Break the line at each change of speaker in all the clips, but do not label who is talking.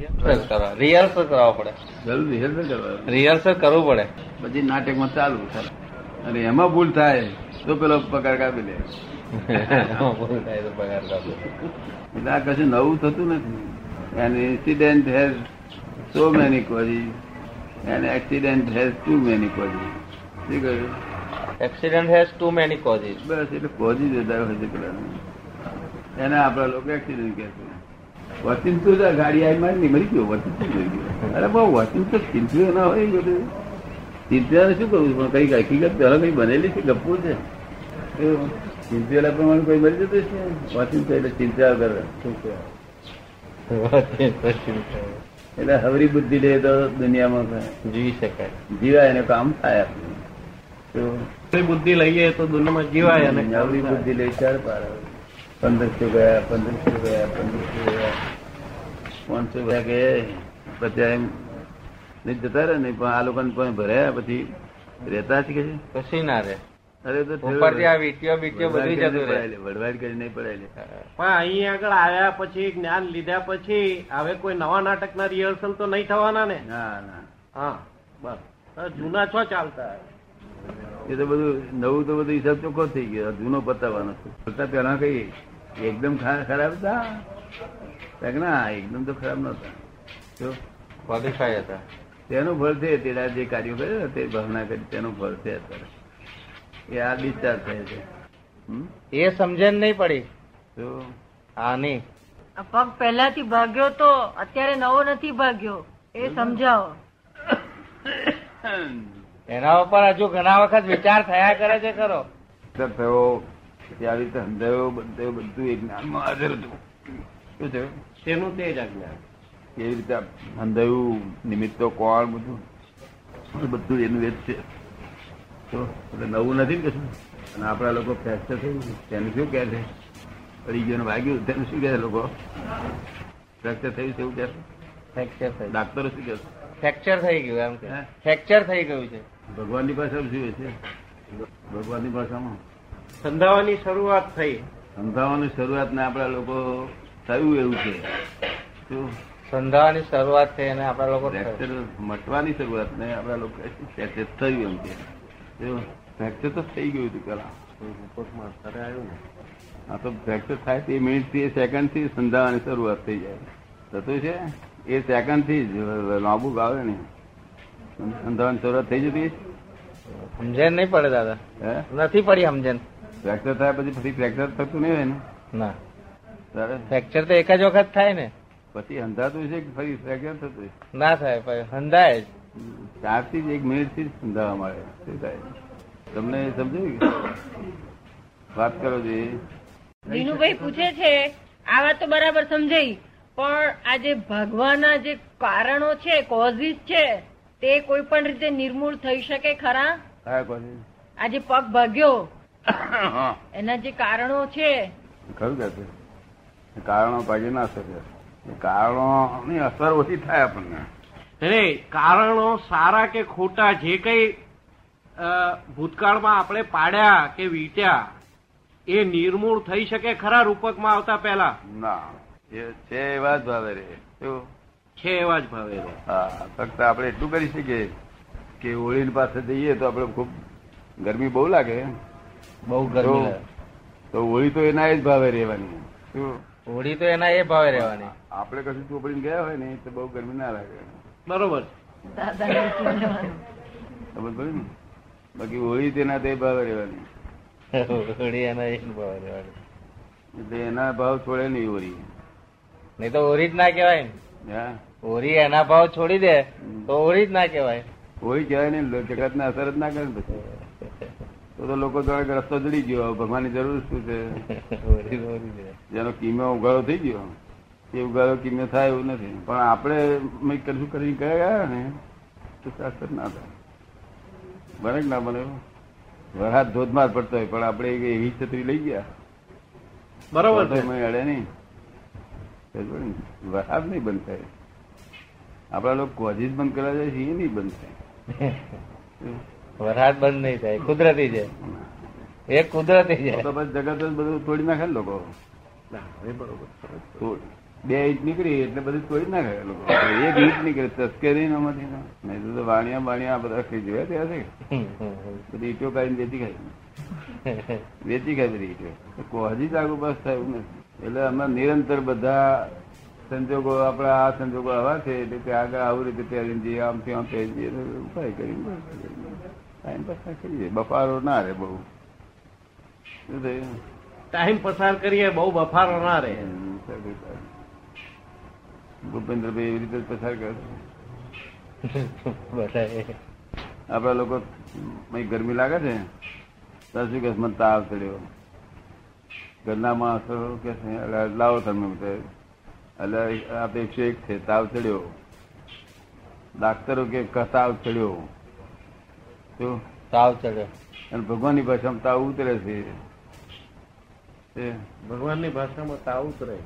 rehearsal કરવા rehearsal કરાવવા પડે
જરૂર rehearsal કરવાનું.
રિહર્સલ કરવું પડે
પછી નાટકમાં ચાલુ થાય. અને એમાં ભૂલ થાય તો પેલો પગાર કાપી લે
ભૂલ થાય તો પગાર કાપો.
એટલે આ કશું નવું થતું નથી an incident has so many causes an accident has too many causes શું કહ્યું
Accident has too many causes.
બસ એટલે કોઝી જતા હોય છે પેલાનું. એને આપણા લોકો એક્સિડન્ટ કહે છે વસીમ તું જા ગાડી આવી મારી નહીં મરી ગયો વસીમ તું મરી ગયો અરે બહુ વસીમ તો ચિંત્યું ના હોય એ બધું ચિંત્યાને શું કરવું પણ કઈ હકીકત પહેલા કઈ બનેલી છે ગપ્પુ છે એવું. ચિંત્યાલા પ્રમાણે કોઈ મરી જતું છે વસીમ તો એટલે ચિંતા કરે શું કહેવાય? એટલે હવરી બુદ્ધિ લે તો દુનિયામાં કાંઈ
જીવી શકાય
જીવાય એને કામ થાય આપણું. તો
બુદ્ધિ લઈએ તો દુનિયામાં જીવાય અને
હવરી બુદ્ધિ લઈ ચાર પાર આવે. પંદરસો ગયા પંદરસો ગયા પંદરસો ગયા પાંચસો ગયા કે પછી એમ નહીં જતા રહે નહીં પણ આ લોકોને પણ ભર્યા પછી રહેતા જ કે છે?
કશી ના રહે
અરે તો થયું.
ઉપરથી આ વીંટીઓ બીટીઓ બધું
વઢવાડ
જતું રહે
કરીને પડાયેલી, વઢવાડ કરી નહીં પડાયેલી.
પણ અહીં આગળ આવ્યા પછી જ્ઞાન લીધા પછી હવે કોઈ નવા નાટકના રિહર્સલ તો નહીં થવાના ને
ના ના
હા બસ તો જૂના છો ચાલતા
એ તો બધું નવું તો બધું હિસાબ ચોખ્ખો થઈ ગયો જૂનો પતાવવાનો છે પતા પેલા કઈ એકદમ ખા- ખરાબ હતા કાંઈક ના એકદમ તો ખરાબ નહોતા તો
ક્વોલિફાય હતા
તેનું ફળ છે તે આ જે કાર્યો કર્યો ને તે ભાવના કરી તેનું ફળ છે અત્યારે એ આ ડિસ્ચાર્જ થાય છે હમ?
એ સમજણ નહીં પડી
તો
આની
આ પગ પહેલાથી ભાગ્યો તો અત્યારે નવો નથી ભાગ્યો એ સમજાવો
એના ઉપર હજુ ઘણા વખત વિચાર થયા કરે છે ખરો
અસર થયો પછી આવી રીતે સમજાયો બંધાયો બધું એ જ્ઞાનમાં હાજર હતું શું થયું
તેનું તે જ અજ્ઞાન
કેવી રીતે અંધાયું નિમિત્તો કોણ બધું એ બધું એનું એ જ છે તો એટલે નવું નથી ને કશું અને આપણા લોકો ફ્રેક્ચર થયું તેનું શું કહે છે પડી ગયું ને વાગ્યું તેનું શું કહે છે લોકો ફ્રેક્ચર થયું છે એવું કહે છે
ફ્રેક્ચર થઈ
ડાક્ટરો શું કહે છે
ફ્રેક્ચર થઈ ગયું એમ કે
હે?
ફ્રેક્ચર થઈ ગયું છે
ભગવાનની ભાષામાં શું હોય છે ભગવાનની ભાષામાં
સંધાવાની શરૂઆત થઈ
સમજાવવાની શરૂઆતને આપણા લોકો થયું એવું છે શું
સંધાવાની શરૂઆત થઈ અને આપણા લોકો
ફ્રેક્ચર મટવાની શરૂઆત ને આપણા લોકો કહે છે ફ્રેક્ચર થયું એમ કે એવું ફ્રેક્ચર તો થઈ ગયું હતું પેલા આ તો ફ્રેક્ચર થાય તે મિનિટ થી સેકન્ડ થી સંધાવાની શરૂઆત થઈ જાય થતું છે એ સેકન્ડ થી જ લાંબુ આવે ને સંધાવાની શરૂઆત થઈ જતી
સમજણ નહીં પડે દાદા
હે
નથી પડી સમજણ
ફ્રેક્ચર થાય પછી ફરી ફ્રેક્ચર થતું નહીં હોય ને
ના
ત્યારે
ફ્રેક્ચર તો એક જ વખત થાય ને
પછી સંધાતું છે કે ફરી ફ્રેક્ચર થતું છે
ના થાય પણ હંધાય જ
ચારથી જ એક મિનિટ થી સમજાવવા મળે શું થાય તમને સમજાયું કે વાત કરો જોઈએ
દિનુભાઈ પૂછે છે આ વાત તો બરાબર સમજાઈ પણ આ જે ભાગવાના જે કારણો છે કોઝિસ છે તે કોઈ પણ રીતે નિર્મૂળ થઈ શકે ખરા
હા કોઈ
આ જે પગ ભાગ્યો એના જે કારણો છે
ખરું કહે છે કારણો ભાગી ના શકે કારણોની અસર ઓછી થાય આપણને
અરે કારણો સારા કે ખોટા જે કઈ અ, ભૂતકાળમાં આપણે પાડ્યા કે વીટ્યા એ નિર્મૂળ થઈ શકે ખરા રૂપકમાં આવતા પહેલા
ના એ છે એવા જ ભાવે રે શું?
છે એવા જ ભાવે
હા ફક્ત આપણે એટલું કરી શકીએ કે હોળીની પાસે જઈએ તો આપણે ખૂબ ગરમી બહુ લાગે
બહુ
તો
ગરમી લાગે.
તો હોળી તો એના એ જ ભાવે રહેવાની શું
હોળી તો એના એ ભાવે રહેવાની
આપણે કશું ચોપડીને ગયા હોય ને તો બહુ ગરમી ના લાગે
બરોબર
દાદાને સમજાવવાનું.
ખબર પડી ને બાકી હોળી તેના તે ભાવે રહેવાની
હોળી એના એ ભાવે રહેવાની
એટલે એના ભાવ છોડે નહીં હોળી
નહીં તો હોળી જ ના કહેવાય ને
હા
હોળી એના ભાવ છોડી દે તો હોળી જ ના કહેવાય
હોળી કહેવાય ને જગત ને અસર જ ના કરે ને પછી તો તો લોકો જોડે કે રસ્તો જડી ગયો હવે ભગવાનની જરૂર શું છે
હોળી તો હોળી જ રહે.
જેનો કિમ્યો ઉગાડો થઈ ગયો એ ઉગાડો કિમ્યો થાય એવું નથી પણ આપણે મેં કશું કરીને ગયા ગયા ને તો શાસ્ત્ર ના થાય બને કે ના બને એવું? વરસાદ ધોધમાર પડતો હોય પણ આપણે એક એવી છત્રી લઈ ગયા
બરોબર છે.
ધોધમાર અડે નહીં સમજો ને? વરસાદ નહીં બંધ થાય આપણા લોકો કોઝી જ બંધ કરવા જાય છે એ નહીં બંધ થાય
વરસાદ બંધ નહીં થાય કુદરતી છે એ કુદરતી છે
તો બસ જગત જ બધું તોડી નાખે ને લોકો
ના, એ બરોબર
તોડ- બે ઇંચ નીકળી એટલે બધું તોડી ના ગયા લોકો એક ઇંચ નીકળે તસ્કરી ન મળી ના. નહીં તો વાણિયા બાણિયા આ બધા કઈ જોયા ત્યાં છે બધી ઈટો કાઢીને વેચી ખાય વેચી ખાય બધી ઈટો કોહજી જ આગુ બસ થાય એવું નથી એટલે અમે નિરંતર બધા સંજોગો આપણા આ સંજોગો આવા છે એટલે તે આગળ આવું રીતે પહેરીને જઈએ આમ થી આમ પહેરી જઈએ એટલે ઉપાય કરી ટાઈમ પાસ કરીએ બફારો ના રહે બહુ શું થયું?
ટાઈમ પસાર કરીએ બહુ બફારો ના રહે
ભૂપેન્દ્રભાઈ એવી રીતે જ પસાર કરે આપડા લોકો મય ગરમી લાગે છે તો શું કે મને તાવ ચડ્યો ઘરના માણસો કે છે, "અલા, લાવો તમે બધા." એટલે આપણે એકસો એક છે તાવ ચડ્યો ડાક્ટરો કે "ક- તાવ ચડ્યો શું
તાવ ચડ્યો
અને ભગવાનની ભાષામાં તાવ ઉતરે છે એ
ભગવાનની ભાષામાં તાવ ઉતરે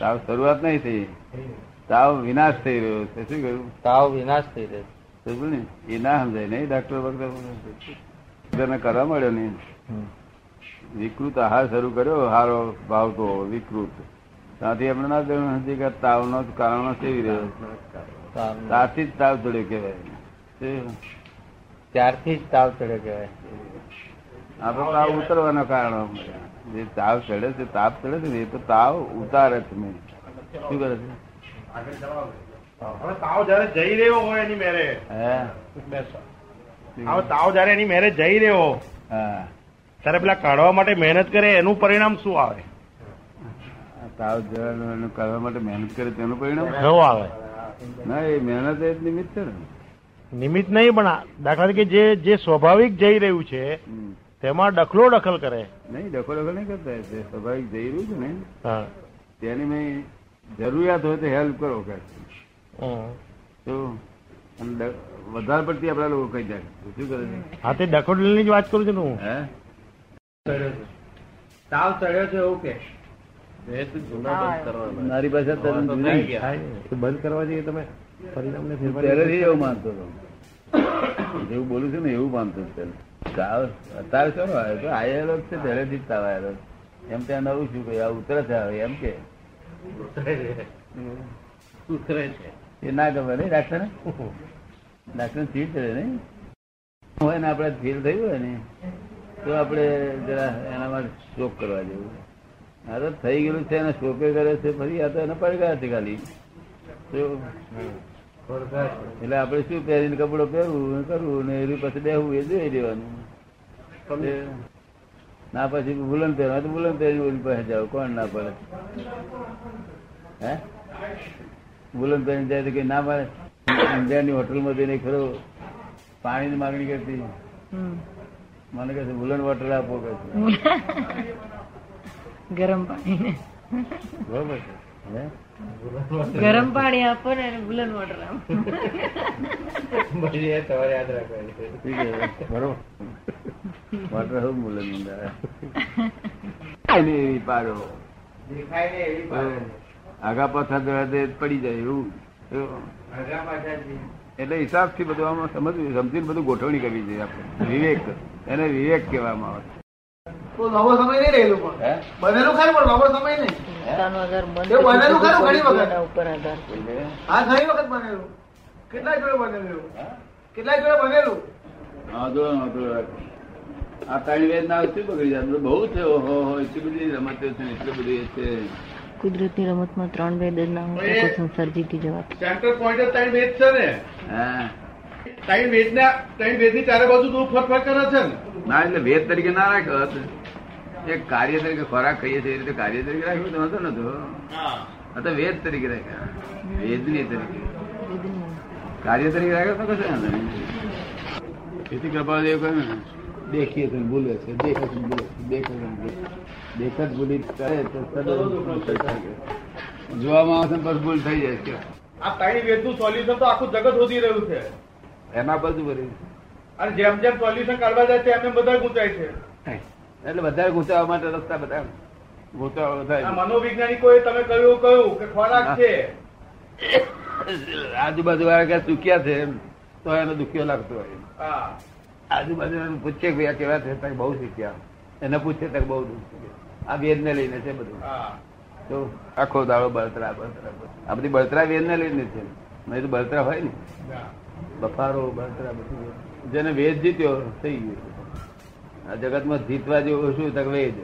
તાવ શરૂઆત નહીં થઈ તાવ વિનાશ થઈ રહ્યો છે શું કહ્યું
તાવ વિનાશ થઈ રહ્યો
સમજ્યું ને એ ના સમજાય નહીં ડાક્ટર વખતે તેને કરવા મળ્યો નહીં વિકૃત આહાર શરૂ કર્યો હારો ભાવતો વિકૃત ત્યાંથી એમણે ના જાણ્યું નથી કે આ તાવનો જ કારણો કેવી રહ્યો
તાવ
ત્યારથી જ તાવ ચડ્યો કહેવાય તે
ત્યારથી જ તાવ ચડ્યો કહેવાય
આપણે તાવ ઉતરવાના કારણો મળ્યા. જે તાવ ચડે છે તાપ ચડે છે ને એ તો તાવ ઉતારે છે મેં શું કરે છે
હવે તાવ જયારે જઈ રહ્યો હોય એની મેરે
હે
બેસો
શું?
હવે તાવ જયારે એની મેરે જઈ રહ્યો
હા
ત્યારે પેલા કાઢવા માટે મહેનત કરે એનું પરિણામ શું આવે
આ તાવ જવાનું એનું કરવા માટે મહેનત કરે તેનું પરિણામ
શું આવે
ના એ મહેનત એ જ નિમિત્ત છે ને
નિમિત્ત નહીં પણ આ- દાખલા તરીકે જે જે સ્વાભાવિક જઈ રહ્યું છે
હમ.
તેમાં ડખલો દખલ કરે
નહીં ડખો ડખો નહીં કરતા જે સ્વાભાવિક જઈ રહ્યું છે ને
હા.
તેની મેં જરૂરિયાત હોય તો હેલ્પ કરો કે
હમ.
તો અને ડ- વધારે પડતી આપણા લોકો કઈ જાય શું કરે છે
હા તે ડખોડલની જ વાત કરું છું ને હું
હે
તાવ ચડ્યો છે એવું કે એ તો જૂના બંધ કરવાના
મારી પાસે તદ્દન
તો
જુદી.
થઈ ગયા.
બંધ કરવા જઈએ તમે પરિણામને
હું પહેલેથી એવું માનતો હતો જેવું બોલું છું ને એવું માનતો હતો પહેલે. તાવ અત્યારે શો આવે તો આયેલો જ છે પહેલેથી જ તાવ આયેલો છે. એમ ત્યાં નવું શું કહ્યું આ ઉતરે છે હવે એમ કે
ઉતરે છે
એ ના ગમે નહીં ડાક્ટર ડાક્ટર ચીડ ચડે નહીં હોય ને આપણે ફેલ થયું હોય ને તો આપણે જરા એના માટે શોક કરવા જેવું આ તો થઈ ગયેલું છે એને શોકે કરે છે ફરી આ તો એને પડકાર છે ખાલી તો એટલે આપણે શું પહેરીને કપડો પહેરવું ને કરવું ને એની પાસે બેહવું એ જોઈ દેવાનું એ ના પછી બુલંદ પહેરવા તો બુલંદ પહેરી ઓલી પાસે જાવ કોણ ના પડે હે બુલંદ પહેરીને જાય તો કઈ ના પાડે ઇન્ડિયાની હોટલમાં જઈને ખરો પાણીની માગણી કરતી
હમ.
મને કહે છે બુલંદ વોટર આપો કહે છે
ગરમ પાણી
બરોબર છે હે?
ગરમ પાણી આપો ને અને ગુલન વોટર આપો
શું કહે? વોટર હું બુલંદ મંગાવે એને એવી પાડો આગા પાછા જરા તે પડી જાય એવું એવું. એટલે હિસાબથી બધું આમાં સમજવું સમજીને બધું ગોઠવણી કરવી જોઈએ આપણે વિવેક એને વિવેક કહેવામાં આવે છે.
લાંબો સમય નહીં રહેલું પણ
હે?
બનેલું ખરું પણ લાંબો સમય નહીં
પોતાનો આધાર મન
એવું બનેલું ખરું ઘણી વખત.
એના ઉપર
એટલે
આધાર
હા ઘણી વખત બનેલું કેટલા જોડે બનેલું એવું? કેટલા જોડે બનેલું
આંધળો ને આંધળો રાખો. આ ત્રણ વેદ ના શું બગડી જાય બહુ છે ઓહો હો, એટલી બધી રમતો છે ને એટલી બધી એ છે
કુદરતની રમતમાં ત્રણ બે દર ના
હોય તો કોઈ
સંસાર જીતી જવાતો
સેન્ટર પોઈન્ટ ત્રણ વેદ છે ને
હા
ત્રણ વેદના ત્રણ વેદની ચારે બાજુ દૂર ફર ફર કરે છે ને
ના એટલે વેદ તરીકે ના રાખ્યો હોત. એક કાર્ય તરીકે ખોરાક ખાઈએ છીએ એ રીતે કાર્ય તરીકે રાખ્યો તો વાંધો નતો આ તો વેદ તરીકે રાખ્યા વેદની તરીકે કાર્ય તરીકે રાખ્યો તો કશો વાંધો નહીં ખેતી કપાળ એવું કહ્યું ને, દેખીએ તો ભૂલે છે દેખે તો ભૂલે છે દેખે તો ભૂલે છે. દેખ જ ભૂલી કરે તો સદા જોવામાં આવે છે ને બસ ભૂલ થઈ જાય છે
આ ત્રણ વેદનું સોલ્યુશન તો આખું જગત શોધી રહ્યું છે
એમાં બધું ભર્યું
અને જેમ જેમ સોલ્યુશન કાઢવા જાય છે એમ એમ બધા ગુંચાય છે
એટલે વધારે ગુંચાવા માટે રસ્તા બધા ગુંચાવા
આ
વધારે
મનોવૈજ્ઞાનિકોએ તમે કહ્યું કહ્યું કે ખોરાક છે
આજુબાજુ વાળા ક્યાં ચૂક્યા છે એમ તો એને દુખ્યો લાગતો હોય
હા
આજુબાજુ એને પૂછે કે ભાઈ આ કેવા છે તારે બહુ શીખ્યા એને પૂછે તારે બહુ દુઃખ છે. આ વેદને લઈને છે બધું
હા
તો તો આખો દાડો બળતરા બળતરા બળતરા. આ બધી બળતરા વેદને લઈને છે નહીં તો બળતરા હોય ને બફારો બળતરા બધું વેદ. જેને વેદ જીત્યો થઈ ગયું આ જગતમાં જીતવા જેવું શું તો વેદ